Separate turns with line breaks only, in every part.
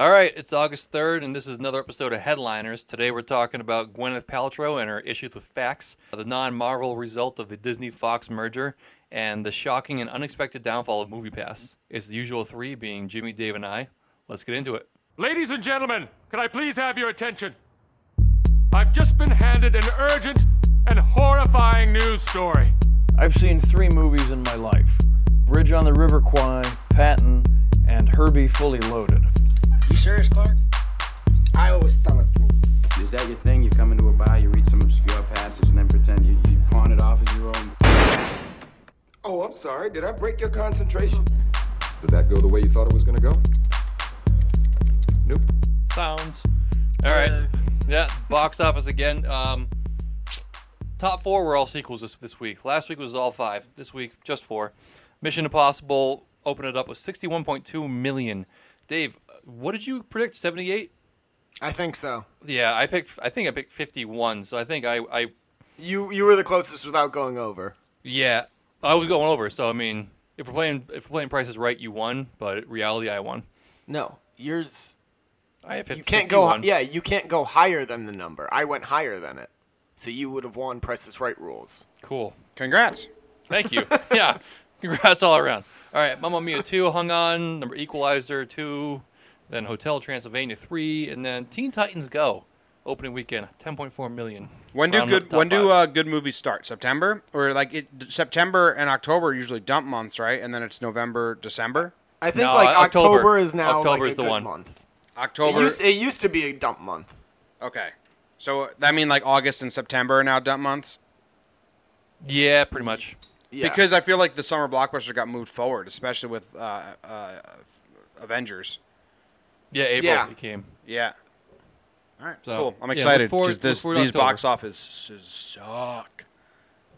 All right, it's August 3rd, and this is another episode of Headliners. Today we're talking about Gwyneth Paltrow and her issues with facts, the non Marvel result of the Disney Fox merger, and the shocking and unexpected downfall of MoviePass. It's the usual three being Jimmy, Dave, and I. Let's get into it.
Ladies and gentlemen, can I please have your attention? I've just been handed an urgent and horrifying news story.
I've seen three movies in my life Bridge on the River Kwai, Patton, and Herbie Fully Loaded.
You serious, Clark? I always tell it to him.
Is that your thing? You come into a bar, you read some obscure passage, and then pretend you, you pawn it off as your own?
Oh, I'm sorry. Did I break your concentration?
Did that go the way you thought it was going to go? Nope.
Sounds. All right. Yeah, box office again. Um, top four were all sequels this, this week. Last week was all five. This week, just four. Mission Impossible opened it up with 61.2 million. Dave, what did you predict? 78?
I think so.
Yeah, I picked. I think I picked 51. So I think I, I
You you were the closest without going over.
Yeah, I was going over. So I mean, if we're playing, if we're playing Price is Right, you won. But in reality, I won.
No, yours.
I have
You can't go. hi- Yeah, you can't go higher than the number. I went higher than it, so you would have won. Price is Right rules.
Cool.
Congrats.
Thank you. yeah. Congrats all around. All right, Mamma Mia 2 hung on, number Equalizer 2, then Hotel Transylvania 3, and then Teen Titans Go, opening weekend, 10.4 million.
When do
Round up
good
top
when do
five.
uh, good movies start? September or like it, September and October are usually dump months, right? And then it's November, December,
I think
No,
like
uh, October.
is now
October
like,
is
a
the
good
one.
month. It
October.
used, it used to be a dump month.
okay, so uh, that mean like August and September are now dump months
Yeah, pretty much.
Yeah.
because I feel like the summer blockbuster got moved forward, especially with uh, uh, Avengers.
Yeah, April
Yeah.
it came.
Yeah. All right.
So,
cool.
yeah,
I'm
look
excited
forward-
because
look
this
forward to
these
October.
box office s- suck.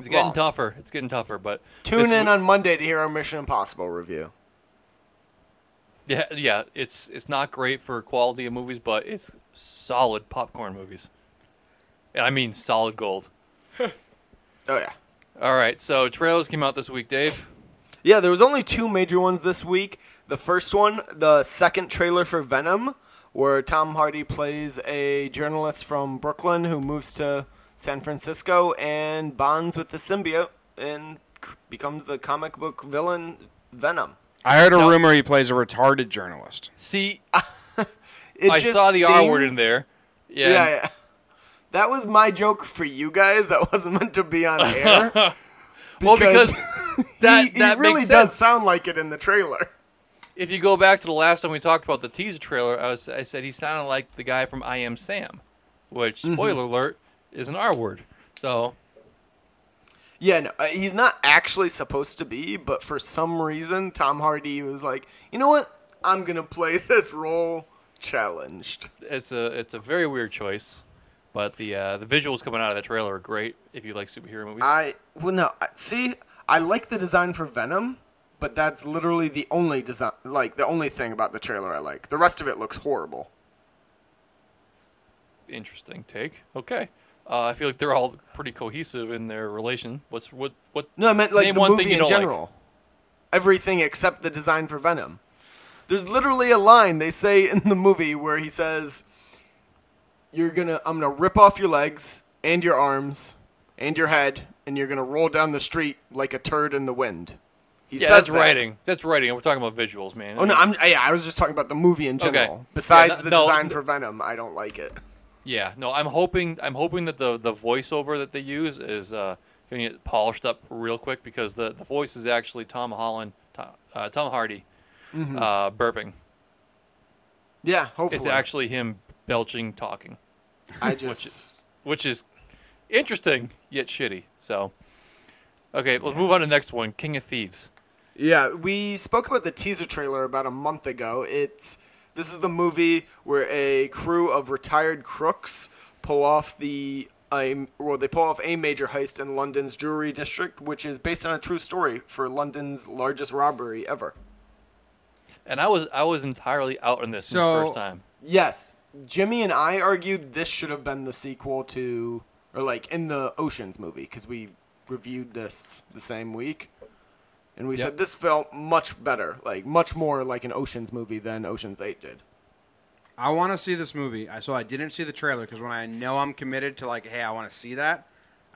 It's getting
Well.
tougher. It's getting tougher, but
tune
this
in
week-
on Monday to hear our Mission Impossible review.
Yeah, yeah, it's it's not great for quality of movies, but it's solid popcorn movies. And I mean solid gold.
Oh yeah.
All right, so trailers came out this week, Dave.
Yeah, there was only two major ones this week. The first one, the second trailer for Venom, where Tom Hardy plays a journalist from Brooklyn who moves to San Francisco and bonds with the symbiote and c- becomes the comic book villain Venom.
I heard a rumor he plays a retarded journalist.
See,
It
I
just
saw the R
seems-
word in there. Yeah,
Yeah, yeah. That was my joke for you guys. That wasn't meant to be on air.
Well, because that
he, he
that
really
makes
does
sense.
sound like it in the trailer.
if you go back to the last time we talked about the teaser trailer, I, was, I said he sounded like the guy from I Am Sam, which
Mm-hmm.
spoiler alert is an R word. So
Yeah, no, uh, he's not actually supposed to be, but for some reason, Tom Hardy was like, you know what? I'm gonna play this role challenged.
it's a it's a very weird choice, but the uh, the visuals coming out of that trailer are great if you like superhero movies.
I well, no, I, see, I like the design for Venom, but that's literally the only design, like the only thing about the trailer I like. The rest of it looks horrible.
Interesting take. Okay. Uh, I feel like they're all pretty cohesive in their relation. What's what what?
No, I meant like
name
the
one
movie
thing you
in
don't like.
general. Everything except the design for Venom. There's literally a line they say in the movie where he says, "You're gonna, I'm gonna rip off your legs and your arms and your head, and you're gonna roll down the street like a turd in the wind." He
Yeah,
says
that's
that.
writing. That's writing. We're talking about visuals, man.
Oh no, I'm yeah, I was just talking about the movie in
Okay.
general.
Yeah,
Besides
no-
the
no,
design
th-
for Venom, I don't like it.
Yeah, no, I'm hoping I'm hoping that the the voiceover that they use is uh, going to get polished up real quick because the, the voice is actually Tom Holland, Tom, uh, Tom Hardy, uh, burping.
Yeah, hopefully.
It's actually him belching, talking,
I just
which is interesting yet shitty. So, okay, let's move on to the next one, King of Thieves.
Yeah, we spoke about the teaser trailer about a month ago. It's this is the movie where a crew of retired crooks pull off the a well, they pull off a major heist in London's jewelry district, which is based on a true story for London's largest robbery ever.
And I was I was entirely out on this from the
So-
first time.
Yes, Jimmy and I argued this should have been the sequel to or like in the Ocean's movie because we reviewed this the same week. And we
Yep.
said this felt much better, like much more like an Ocean's movie than Ocean's 8 did.
I want to see this movie. I so I didn't see the trailer because when I know I'm committed to like, hey, I want to see that,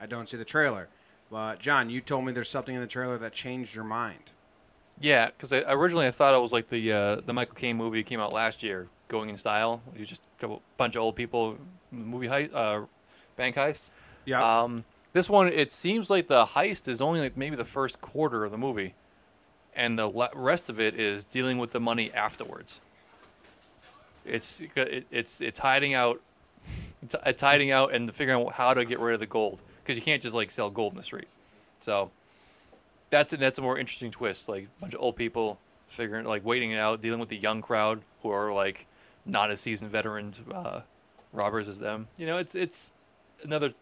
I don't see the trailer. But John, you told me there's something in the trailer that changed your mind.
Yeah, because I, originally I thought it was like the uh, the Michael Caine movie that came out last year, Going in Style. It was just a couple- bunch of old people, movie heist, uh, bank heist.
Yeah.
Um, this one, it seems like the heist is only like maybe the first quarter of the movie, and the le- rest of it is dealing with the money afterwards. It's it, it's it's hiding out, it's, it's hiding out and figuring out how to get rid of the gold because you can't just like sell gold in the street. So that's a, that's a more interesting twist. Like a bunch of old people figuring like waiting it out, dealing with the young crowd who are like not as seasoned veteran uh, robbers as them. You know, it's it's another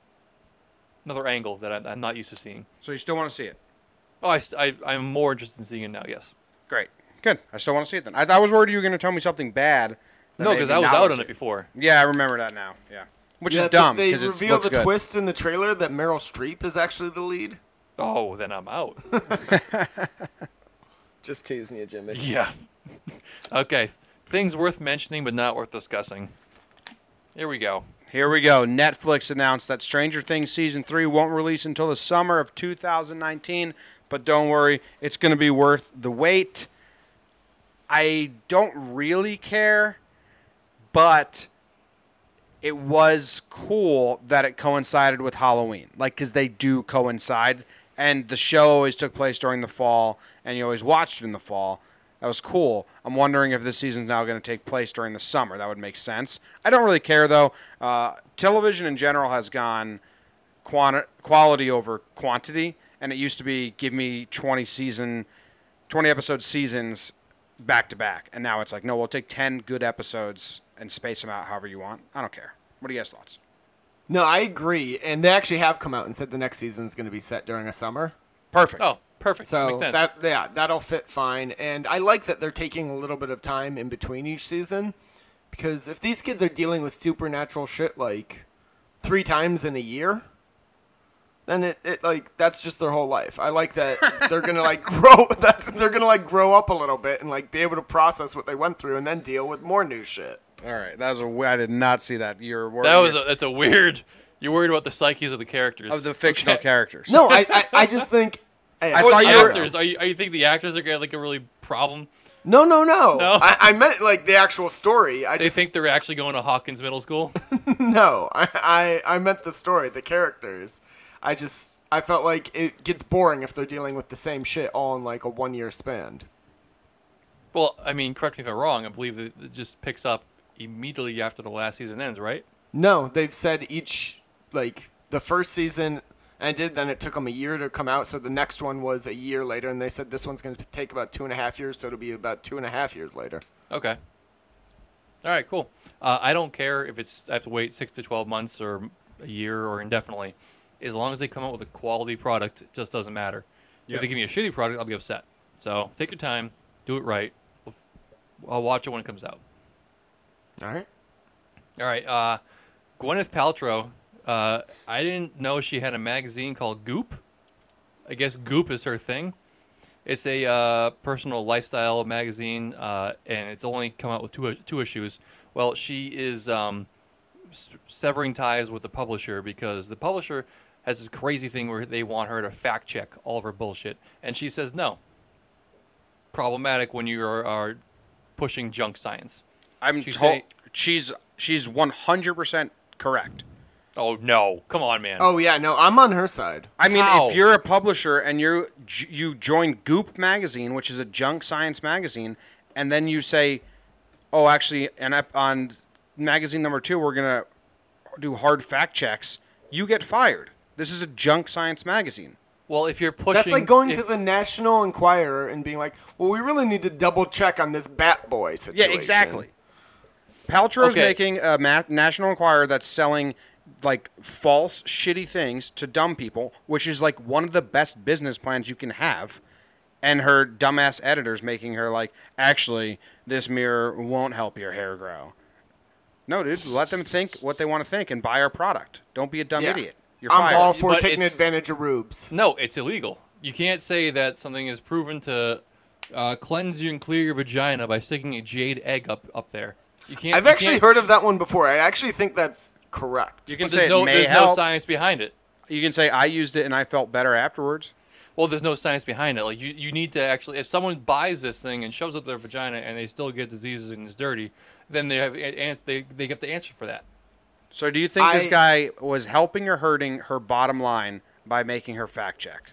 another angle that I'm, I'm not used to seeing.
so you still want to see it?
Oh, I, st- I, I'm more interested in seeing it now. Yes.
Great. Good. I still want to see it then. I, I was worried you were going to tell me something bad. that
No,
made
because
me
I was
not
out
wanna
on
see
it before.
Yeah, I remember that now. Yeah. Which
Yeah,
is
but
dumb
They
because it
reveal
looks
the
good.
twist in the trailer that Meryl Streep is actually the lead.
Oh, then I'm out.
Just teasing you, Jimmy.
yeah. okay. Things worth mentioning, but not worth discussing. Here we go.
Here we go. Netflix announced that Stranger Things season three won't release until the summer of 2019, but don't worry, it's going to be worth the wait. I don't really care, but it was cool that it coincided with Halloween, like because they do coincide, and the show always took place during the fall, and you always watched it in the fall. That was cool. I'm wondering if this season's now going to take place during the summer. That would make sense. I don't really care though. Uh, television in general has gone quanti- quality over quantity, and it used to be give me 20 season, 20 episode seasons back to back, and now it's like no, we'll take 10 good episodes and space them out however you want. I don't care. What are you guys' thoughts?
No, I agree, and they actually have come out and said the next season is going to be set during a summer.
Perfect.
Oh, perfect.
So
Makes sense.
that yeah, that'll fit fine. And I like that they're taking a little bit of time in between each season because if these kids are dealing with supernatural shit like three times in a year, then it, it like that's just their whole life. I like that they're gonna like grow that's, they're gonna like grow up a little bit and like be able to process what they went through and then deal with more new shit.
All right, that was a. w- I did not see that. You're worried
That was a, that's a weird. You're worried about the psyches of the characters.
of the fictional
Okay.
characters.
No, I I, I just think.
I
Or
thought
the
you were-
actors. Are you, are you think the actors are gonna have like a really problem?
No, no, no.
No.
I, I meant like the actual story. I
They
just,
think they're actually going to Hawkins Middle School.
no, I, I I meant the story, the characters. I just I felt like it gets boring if they're dealing with the same shit all in like a one year span.
well, I mean, correct me if I'm wrong. I believe that it just picks up immediately after the last season ends, right?
No, they've said each like the first season ended, then it took them a year to come out, so the next one was a year later, and they said this one's going to take about two and a half years, so it'll be about two and a half years later.
Okay. All right, cool. Uh, I don't care if it's I have to wait six to twelve months or a year or indefinitely, as long as they come out with a quality product. It just doesn't matter. If they give me a shitty product, I'll be upset. So take your time, do it right. I'll watch it when it comes out.
All right.
All right. Uh, Gwyneth Paltrow. Uh, I didn't know she had a magazine called Goop. I guess Goop is her thing. It's a uh, personal lifestyle magazine, uh, and it's only come out with two two issues. Well, she is um, s- severing ties with the publisher because the publisher has this crazy thing where they want her to fact check all of her bullshit, and she says no. Problematic when you are, are pushing junk science.
I'm
She's
told
a-
she's she's 100 percent correct.
Oh no! Come on, man.
Oh yeah, no, I'm on her side.
I mean,
How?
if you're a publisher and you you join Goop magazine, which is a junk science magazine, and then you say, "Oh, actually, and up on magazine number two, we're gonna do hard fact checks," you get fired. This is a junk science magazine.
Well, if you're pushing,
That's like going
if-
to the National Enquirer and being like, "Well, we really need to double check on this Bat Boy situation."
Yeah, exactly. Paltrow's
Okay.
making a ma- National Enquirer that's selling like false, shitty things to dumb people, which is like one of the best business plans you can have. And her dumbass editors making her like, actually, this mirror won't help your hair grow. No, dude, let them think what they want to think and buy our product. Don't be a dumb
Yeah.
idiot. You're
I'm
fired.
all for
But
taking
it's-
advantage of rubes.
no, it's illegal. You can't say that something is proven to uh, cleanse you and clear your vagina by sticking a jade egg up up there. You can't.
I've
you
actually
can't-
heard of that one before. I actually think that's correct.
You can
But
say
there's no,
it may
there's no
help.
science behind it.
you can say I used it and I felt better afterwards.
Well, there's no science behind it. Like you, you need to actually. If someone buys this thing and shoves it up their vagina and they still get diseases and it's dirty, then they have a- ans- they they have to answer for that.
So do you think this
I-
guy was helping or hurting her bottom line by making her fact check?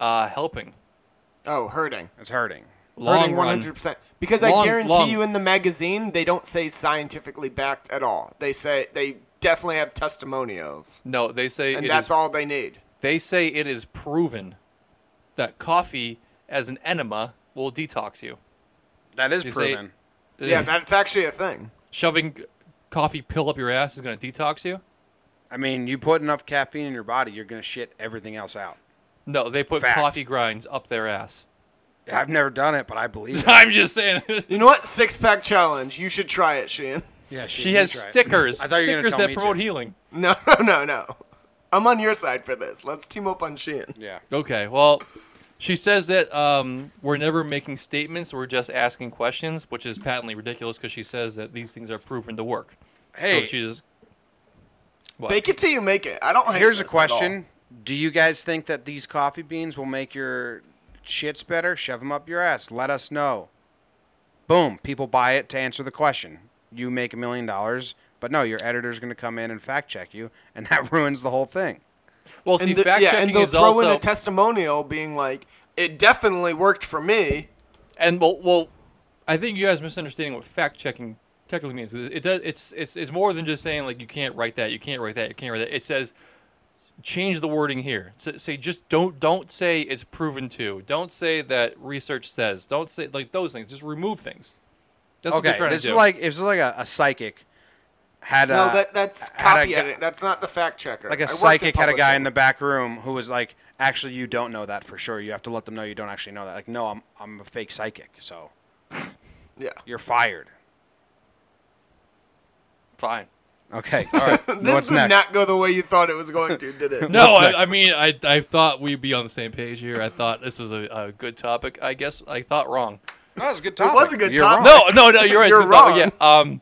Uh, helping
Oh, hurting.
It's hurting.
long
hurting
run.
100%. Because I
Long-
guarantee
long.
you in the magazine, they don't say scientifically backed at all. They say they definitely have testimonials,
No, they say
and
it
that's
is-
all they need.
They say it is proven that coffee as an enema will detox you.
That is
You say-
proven.
Yeah, that's actually a thing.
shoving coffee pill up your ass is going to detox you.
I mean, you put enough caffeine in your body, you're gonna shit everything else out.
No, they put
Fact.
coffee grinds up their ass.
I've never done it, but I believe it.
I'm just saying.
You know what? Six pack challenge. You should try it, Shane.
Yeah,
she has stickers.
I thought you were gonna
stickers
tell
that
me to.
promote healing.
No, no, no, no. I'm on your side for this. Let's team up on Shane.
Yeah.
Okay, well, she says that um, we're never making statements; we're just asking questions, which is patently ridiculous because she says that these things are proven to work.
Hey,
so she's what?
Fake it till you make it. I don't. hate
here's
this
a
at all.
question: Do you guys think that these coffee beans will make your shits better? Shove them up your ass. Let us know. Boom. People buy it to answer the question. You make a million dollars, but no, your editor's going to come in and fact check you, and that ruins the whole thing.
Well, see,
And the-
fact
yeah, and
checking
they'll
is
throw
also
in a testimonial being like, "It definitely worked for me."
And well, well, I think you guys are misunderstanding what fact checking technically means. It it does. It's, it's it's more than just saying like you can't write that, you can't write that, you can't write that. It says change the wording here. S- say just don't don't say it's proven to. Don't say that research says. Don't say like those things. Just remove things. That's what
Okay,
they're trying
this
to
is
do.
like this is like a, a psychic had
No,
a
that that's
had a
copy
gu-
editing. That's not the fact checker.
like
I
a
worked in
psychic had a
public
guy
health.
in the back room who was like, actually, you don't know that for sure. You have to let them know you don't actually know that. Like, no, I'm I'm a fake psychic, so
Yeah.
you're fired.
fine.
Okay, all right.
This
What's
did
next?
not go the way you thought it was going to, did it?
No,
What's
I,
next?
I mean I I thought we'd be on the same page here. I thought this was a, a good topic. I guess I thought wrong.
That was a good
was
topic.
a good
You're
topic.
wrong.
No, no, no. You're right. it's
You're
a good topic,
wrong.
Yeah. Um.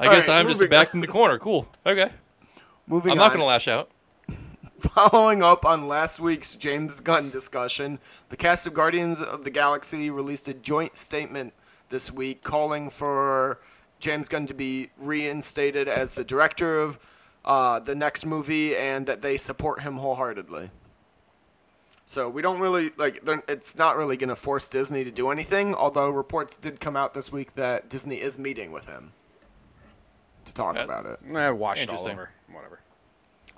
I
All
guess
right,
I'm just
moving
back
on.
in the corner. Cool. Okay.
Moving
I'm not
on.
going to lash out.
Following up on last week's James Gunn discussion, the cast of Guardians of the Galaxy released a joint statement this week calling for James Gunn to be reinstated as the director of uh, the next movie and that they support him wholeheartedly. So we don't really like. they're- It's not really going to force Disney to do anything. Although reports did come out this week that Disney is meeting with him to talk
Uh,
about it.
I watched Eh, it all
Interesting.
over. Whatever.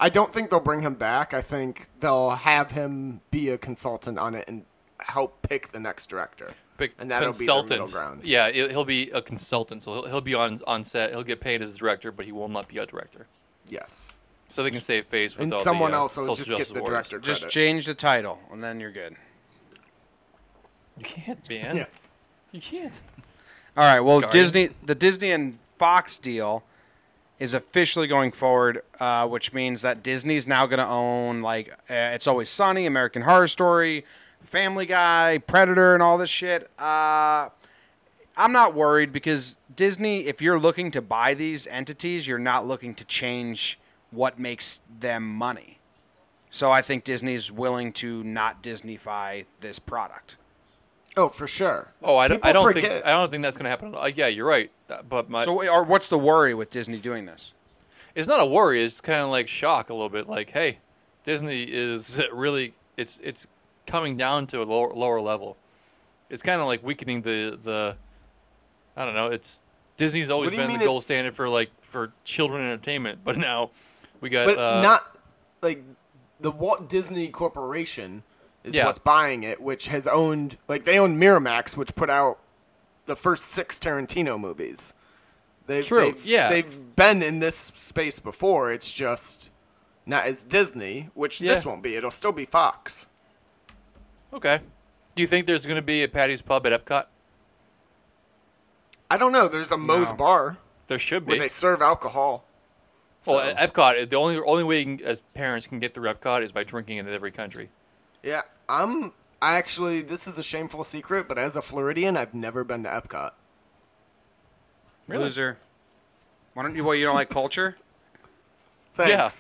I don't think they'll bring him back. I think they'll have him be a consultant on it and help pick the next director.
Big
And that'll be their middle
consultant.
ground.
Yeah, he'll he'll be a consultant, so he'll, he'll be on on set. He'll get paid as a director, but he will not be a director.
Yes.
So they can save face with
And
all
someone
the uh,
else will
social
just
justice
get the
warriors.
director credit.
Just change the title, and then you're good.
You can't, man.
yeah.
You can't.
All right. Well,
Guardian.
Disney, the Disney and Fox deal is officially going forward, uh, which means that Disney's now going to own like uh, It's Always Sunny, American Horror Story, Family Guy, Predator, and all this shit. Uh, I'm not worried because Disney, if you're looking to buy these entities, you're not looking to change what makes them money. So I think Disney's willing to not Disneyfy this product.
Oh, for sure.
Oh, I don't, I
People
don't think
forget.
I don't think that's going to happen. at all. Uh, yeah, you're right. That- But my
So, or what's the worry with Disney doing this?
it's not a worry. It's kind of like shock a little bit. Like, hey, Disney is really it's it's coming down to a lower, lower level. It's kind of like weakening the the. I don't know. It's Disney's always
What do you
been the
mean
gold
it-
standard for like for children entertainment, but now we got
But
uh,
not like the Walt Disney Corporation is
Yeah.
what's buying it, which has owned like they own Miramax, which put out the first six Tarantino movies. They've,
True,
They've,
yeah.
They've been in this space before. It's just not as Disney, which this
Yeah.
won't be. It'll still be Fox.
okay. Do you think there's going to be a Patty's Pub at Epcot?
I don't know. There's a Moe's bar
There should be.
where they serve alcohol.
well, uh, at Epcot, the only only way you can, as parents can get through Epcot is by drinking it in every country.
Yeah, I'm. I actually, this is a shameful secret, but as a Floridian, I've never been to Epcot.
Loser. Why don't you? Well, you don't like culture.
Thanks.
Yeah.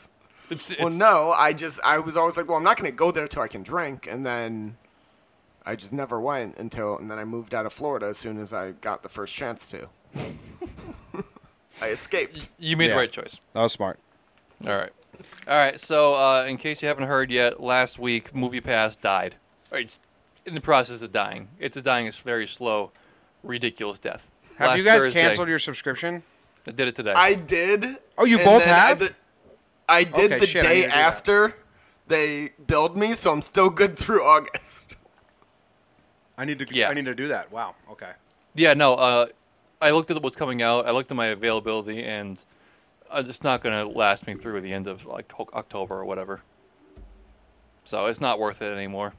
It's, it's,
Well, no, I just I was always like, well, I'm not gonna go there till I can drink, and then I just never went until, and then I moved out of Florida as soon as I got the first chance to. I escaped.
You made
Yeah.
the right choice.
That was smart.
All right. All right. So, uh, in case you haven't heard yet, last week Movie Pass died. Or It's in the process of dying. It's a dying. It's very slow, ridiculous death.
Have
last
you guys
Thursday,
canceled your subscription?
I did it today.
I did.
Oh, you
and
both
then I
have?
did- I did
Okay,
the
shit, I need
day
to do that.
after they billed me, so I'm still good through August.
I need to.
Yeah.
I need to do that. Wow. Okay.
yeah. No. Uh, I looked at what's coming out. I looked at my availability, and uh, it's not going to last me through the end of like Oc- October or whatever. So it's not worth it anymore.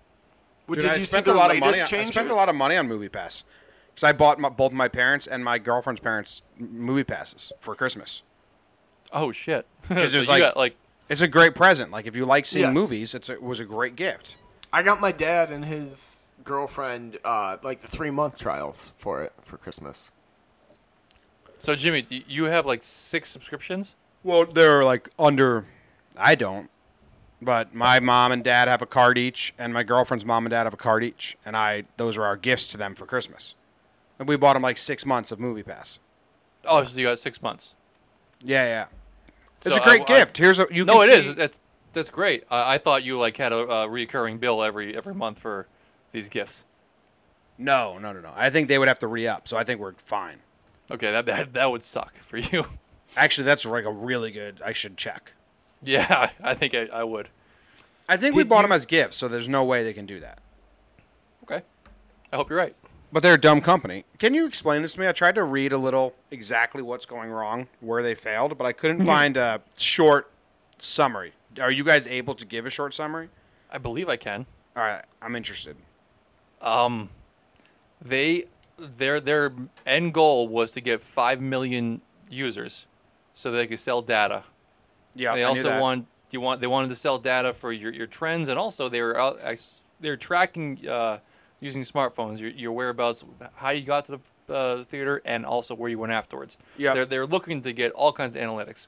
Well,
Dude,
did
I
you see
spent a
the
lot of money.
latest
I
change?
spent a lot of money on Movie Pass because I bought my, both my parents and my girlfriend's parents m- Movie Passes for Christmas.
Oh shit.
Because
So
there's
you
like-
got, like
It's a great present. Like if you like seeing
Yeah.
movies, it's a, it was a great gift.
I got my dad and his girlfriend uh, like the three month trials for it for Christmas.
so, Jimmy. do You have like six subscriptions.
Well, they're like under. I don't, but my mom and dad have a card each, and my girlfriend's mom and dad have a card each, and I those are our gifts to them for Christmas. And we bought them like six months of Movie Pass.
Oh, so you got six months.
Yeah, yeah. It's
So
a great
I- I-
gift. Here's a you.
No,
can
it is.
see-
That's that's great. I, I thought you like had a, uh reoccurring bill every every month for these gifts.
No, no, no, no. I think they would have to re up, so I think we're fine.
Okay, that that, that would suck for you.
Actually, that's like a really good. I should check.
yeah, I think I, I would.
I think we bought them as gifts, so there's no way they can do that.
Okay, I hope you're right.
But they're a dumb company. Can you explain this to me? I tried to read a little exactly what's going wrong, where they failed, but I couldn't find a short summary. Are you guys able to give a short summary?
I believe I can.
All right, I'm interested.
They their their end goal was to get five million users, so they could sell data.
Yeah,
They
I knew
also
that.
want you want they wanted to sell data for your, your trends and also they were out ex- they're tracking uh, using smartphones your, your whereabouts how you got to the uh, theater and also where you went afterwards.
Yeah.
They're they're looking to get all kinds of analytics.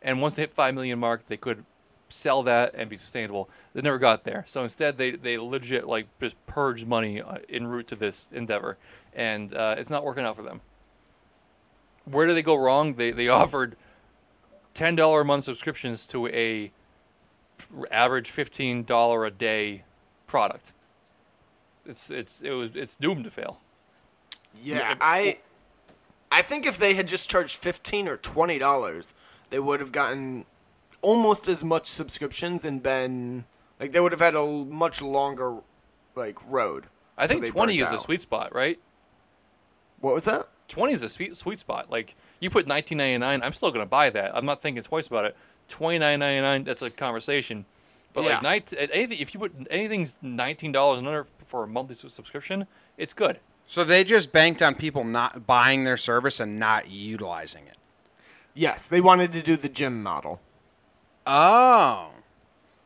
And once they hit 5 million mark, they could sell that and be sustainable. They never got there. So instead they they legit like just purge money uh, en route to this endeavor and uh, it's not working out for them. Where did they go wrong? They they offered ten dollar a month subscriptions to a f- average fifteen dollar a day product. It's it's it was it's doomed to fail.
Yeah, I I think if they had just charged fifteen or twenty dollars, they would have gotten almost as much subscriptions and been like they would have had a l- much longer like road.
I think
they
twenty
burnt
is the
out.
sweet spot, right?
What was that?
Twenty is the sweet sweet spot. Like you put nineteen ninety nine, I'm still gonna buy that. I'm not thinking twice about it. Twenty nine ninety nine, that's a conversation. But
Yeah.
like nineteen, anything if you put anything's nineteen dollars and under for a monthly su- subscription, it's good.
So they just banked on people not buying their service and not utilizing it.
Yes, they wanted to do the gym model,
Oh,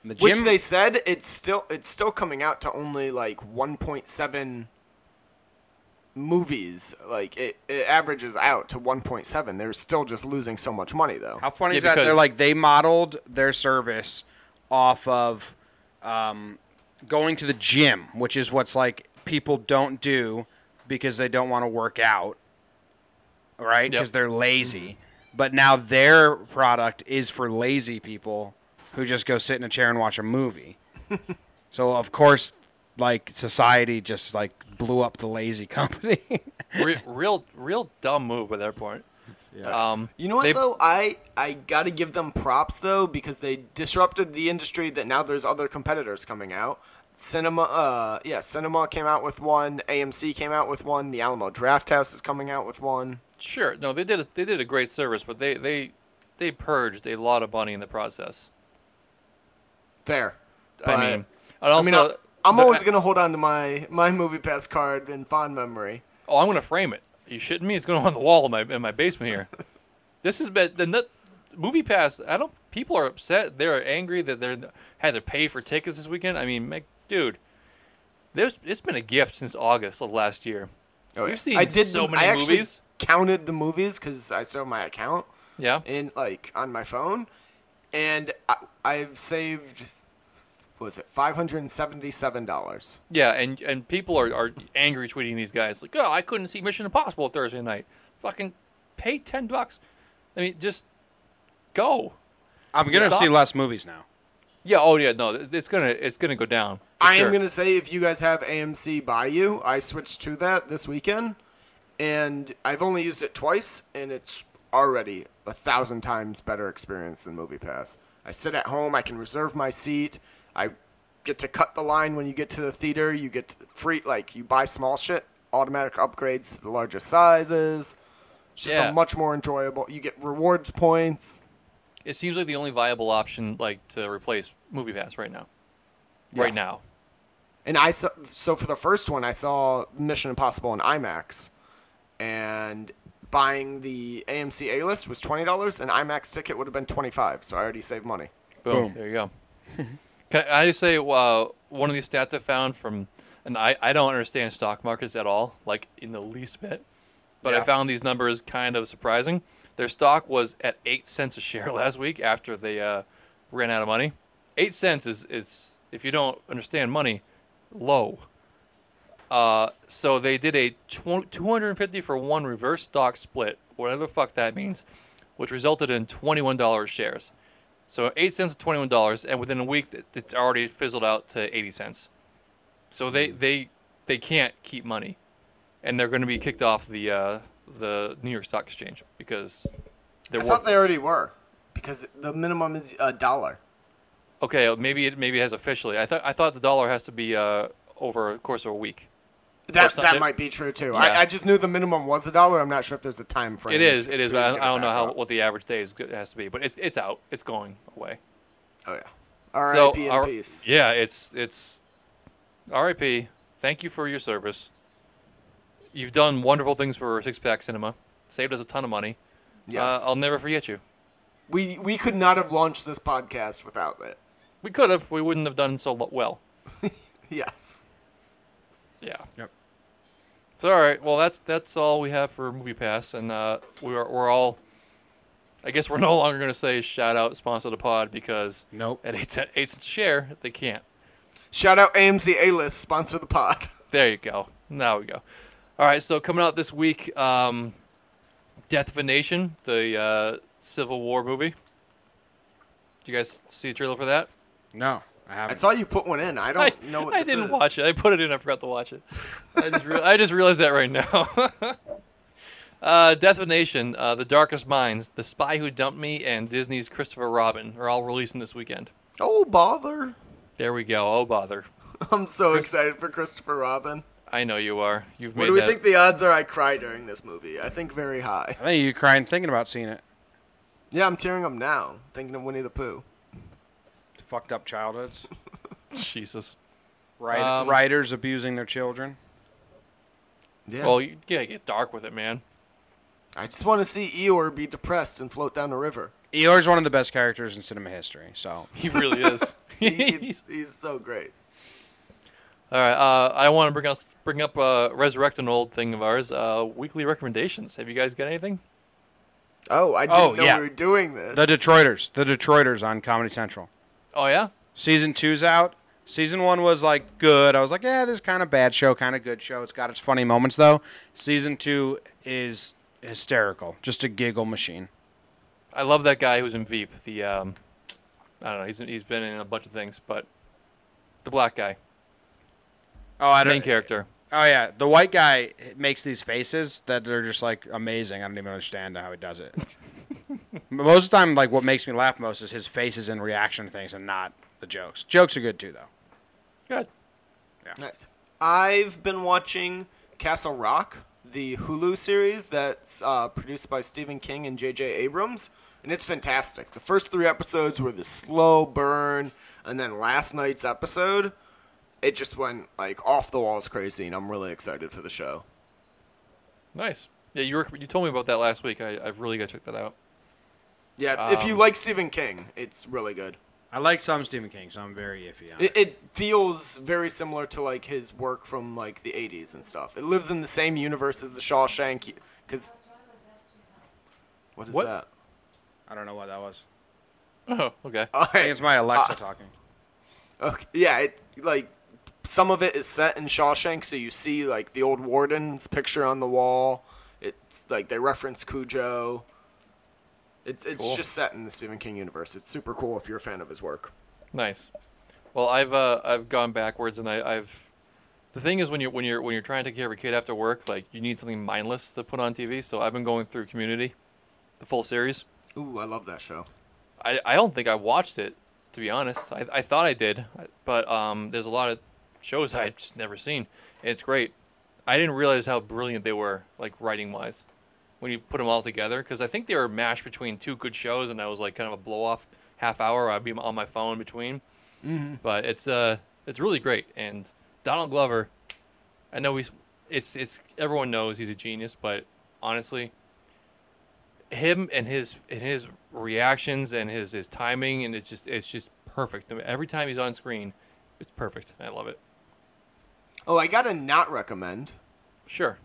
the
which
gym.
they said it's still it's still coming out to only like one point seven movies. Like it, it averages out to one point seven. They're still just losing so much money though.
How funny
Yeah,
is that? They're
because-
like they modeled their service off of um, going to the gym, which is what's like people don't do because they don't want to work out,
Yep.
right?
Mm-hmm.
Because they're lazy. But now their product is for lazy people who just go sit in a chair and watch a movie. so of course, like society just like blew up the lazy company.
Re- real real dumb move by their point. Um,
You know what
They-
though, I I gotta give them props though because they disrupted the industry that now there's other competitors coming out. Cinema, uh, yeah, Cinema came out with one. AMC came out with one. The Alamo Drafthouse is coming out with one.
Sure. No, they did a, they did a great service, but they they they purged a lot of money in the process.
Fair.
I
But-
mean, and
I
also,
mean, I, I'm
the-
always gonna hold on to my my movie pass card in fond memory.
Oh, I'm gonna frame it. you shitting me? It's going on the wall in my in my basement here. this has been the nut- movie pass. I don't. People are upset. They're angry that they had to pay for tickets this weekend. I mean, Mike, dude, there's it's been a gift since August of last year.
Oh, yeah.
We've seen
I did-
so
I
many
actually-
movies.
counted the movies because I still have my account
Yeah.
in like on my phone, and I, I've saved what was it five hundred and seventy-seven dollars.
Yeah, and and people are, are angry tweeting these guys like, "Oh, I couldn't see Mission Impossible Thursday night. Fucking pay ten bucks. I mean, just go.
I'm gonna
Stop.
see less movies now.
Yeah. Oh yeah. No, it- it's gonna it's gonna go down. for
I
sure.
am gonna say if you guys have AMC by you, I switched to that this weekend, and I've only used it twice, and it's already a thousand times better experience than Movie Pass. I sit at home, I can reserve my seat, I get to cut the line when you get to the theater, you get free like you buy small shit, automatic upgrades to the larger sizes. It's just
Yeah.
a much more enjoyable. You get rewards points.
It seems like the only viable option like to replace Movie Pass right now. Right now.
And I saw, so for the first one, I saw Mission Impossible in IMAX, and buying the AMC A list was twenty dollars, and IMAX ticket would have been twenty five. So I already saved money.
Boom. There you go. Can I just say uh, one of these stats I found from, and I, I don't understand stock markets at all, like in the least bit, but I found these numbers kind of surprising. Their stock was at eight cents a share last week after they uh, ran out of money. Eight cents is, is if you don't understand money, low. Uh, so they did a tw- 250 for one reverse stock split, whatever the fuck that means, which resulted in $21 shares. So eight cents to twenty-one dollars, and within a week, th- it's already fizzled out to eighty cents. So they
Hmm.
they they can't keep money, and they're going to be kicked off the uh, the New York Stock Exchange because they're
I
worth.
thought they already were, because the minimum is a dollar.
Okay, maybe it maybe it has officially. I thought I thought the dollar has to be uh, over a course of a week.
That
something.
that might be true too.
Yeah.
I, I just knew the minimum was a dollar. I'm not sure if there's a time frame.
It is, it is.
for
But I,
you to
I don't
get
know
it
how
back up.
what the average days g- has to be, but it's it's out. It's going away.
Oh yeah. All right.
So uh,
be in
our-
peace.
yeah, it's it's R.I.P. Thank you for your service. You've done wonderful things for Six Pack Cinema. Saved us a ton of money.
Yes.
Uh, I'll never forget you.
we we could not have launched this podcast without it.
We could have. We wouldn't have done so lo- well.
Yes.
Yeah.
Yep.
It's all right. Well, that's that's all we have for Movie Pass, and uh, we are we're all. I guess we're no longer going to say shout out sponsor the pod because
Nope.
at eight cent- eight cents a share they can't.
Shout out AMC A list sponsor the pod.
There you go. Now we go. All right, so coming out this week, um, Death of a Nation, the uh, Civil War movie. Do you guys see the trailer for that?
No, I haven't.
I saw you put one in. I
I,
don't know what
I
this
didn't
is.
watch it. I put it in. I forgot to watch it. I just, real I just realized that right now. uh, Death of a Nation, uh, The Darkest Minds, The Spy Who Dumped Me, and Disney's Christopher Robin are all releasing this weekend.
Oh bother!
There we go. Oh bother!
I'm so excited for Christopher Robin.
I know you are. You've
What
made
do we
that.
think the odds are I cry during this movie? I think very high.
I think you crying thinking about seeing it.
Yeah, I'm tearing up now, thinking of Winnie the Pooh.
It's fucked up childhoods.
Jesus.
Right,
Um,
writers abusing their children.
Yeah.
Well, you gotta get dark with it, man.
I just want to see Eeyore be depressed and float down a river.
Eeyore's one of the best characters in cinema history. So
He really is.
He's, he's so great.
All right. Uh, I want to bring us bring up uh, resurrect an old thing of ours. Uh, weekly recommendations. Have you guys got anything?
Oh, I didn't
Oh,
know
yeah.
we were doing this.
the Detroiters, the Detroiters on Comedy Central.
Oh yeah.
Season two's out. Season one was like good. I was like, yeah, this is kind of bad show, kind of good show. It's got its funny moments though. Season two is hysterical, just a giggle machine.
I love that guy who's in Veep. The um, I don't know. He's he's been in a bunch of things, but the black guy,
Oh, I don't.
main character.
Oh yeah, the white guy makes these faces that are just like amazing. I don't even understand how he does it. most of the time, like what makes me laugh most is his faces and reaction to things, and not the jokes. Jokes are good too, though.
Good.
Nice. I've been watching Castle Rock, the Hulu series that's uh, produced by Stephen King and J.J. Abrams, and it's fantastic. The first three episodes were the slow burn, and then last night's episode, it just went like off the walls crazy, and I'm really excited for the show.
Nice. Yeah, you were, you told me about that last week. I I've really got to check that out.
Yeah, if you
Um,
like Stephen King, it's really good.
I like some Stephen King, so I'm very iffy on
It, it feels very similar to like his work from like the 80s and stuff. It lives in the same universe as The Shawshank because What is
What?
that?
I don't know what that was.
Oh, okay.
All
I think
right.
it's my Alexa
Uh,
talking.
Okay. Yeah, it, like some of it is set in Shawshank, so you see like the old warden's picture on the wall. It's like they reference Cujo. It, it's
Cool.
just set in the Stephen King universe. It's super cool if you're a fan of his work.
Nice. Well, I've uh, I've gone backwards, and I, I've the thing is when you're when you're when you're trying to take care of a kid after work, like you need something mindless to put on TV. So I've been going through Community, the full series.
Ooh, I love that show.
I, I don't think I watched it to be honest. I, I thought I did, but um, there's a lot of shows I just never seen. It's great. I didn't realize how brilliant they were, like writing wise, when you put them all together. Because I think they were mashed between two good shows, and I was like kind of a blow off half hour. I'd be on my phone between. But it's uh it's really great. And Donald Glover, I know he's it's it's everyone knows he's a genius, but honestly, him and his and his reactions and his his timing and it's just it's just perfect. I mean, every time he's on screen, it's perfect. I love it.
Oh, I gotta not recommend.
Sure.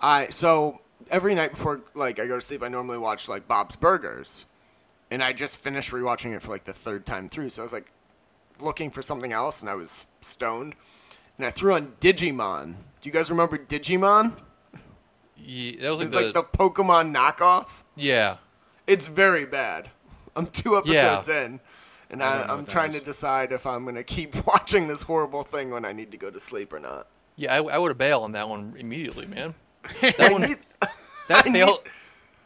I so every night before like I go to sleep, I normally watch like Bob's Burgers, and I just finished rewatching it for like the third time through. So I was like looking for something else, and I was stoned, and I threw on Digimon. Do you guys remember Digimon?
Ye that was like
It's
the,
like the Pokemon knockoff.
yeah.
It's very bad. I'm two episodes in, and
don't
I,
know
I'm
what that
trying
is.
to decide if I'm gonna keep watching this horrible thing when I need to go to sleep or not.
Yeah, I, I would have bailed on that one immediately, man. That one that
I need-
failed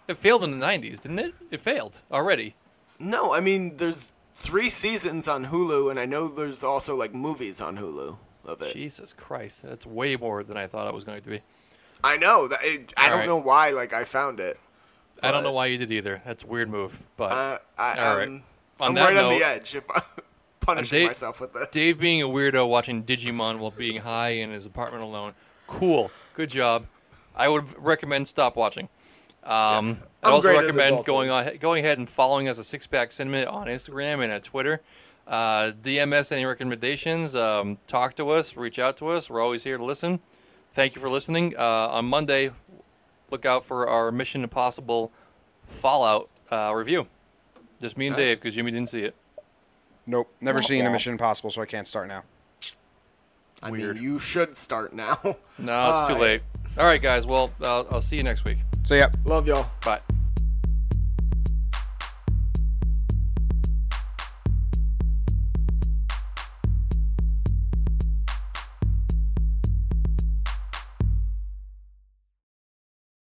it failed in the nineties, didn't it? It failed already.
No, I mean there's three seasons on Hulu, and I know there's also like movies on Hulu of it.
Jesus Christ. That's way more than I thought it was going to be.
I know that it, I
All
don't
right.
know why like I found it.
I don't know
But-
why you did either. That's a weird move. But
Uh, I,
All right.
I'm,
On
I'm
that
right on
note-
the edge if I'm punishing
Dave-
myself with this.
Dave being a weirdo watching Digimon while being high in his apartment alone. Cool. Good job. I would recommend stop watching. Um, I'd
I'm
also
great at
recommend
adulting.
going on, going ahead and following us at Six Pack Cinema on Instagram and at Twitter. Uh, DM us any recommendations. Um, talk to us. Reach out to us. We're always here to listen. Thank you for listening. Uh, on Monday, look out for our Mission Impossible Fallout uh, review. Just me and Dave because Jimmy didn't see it.
Nope,
Oh.
never seen a Mission Impossible, so I can't start now.
I
Weird.
mean, you should start now.
No, it's too
Bye.
late. All right, guys. Well, I'll, I'll see you next week.
So yeah.
Love y'all.
Bye.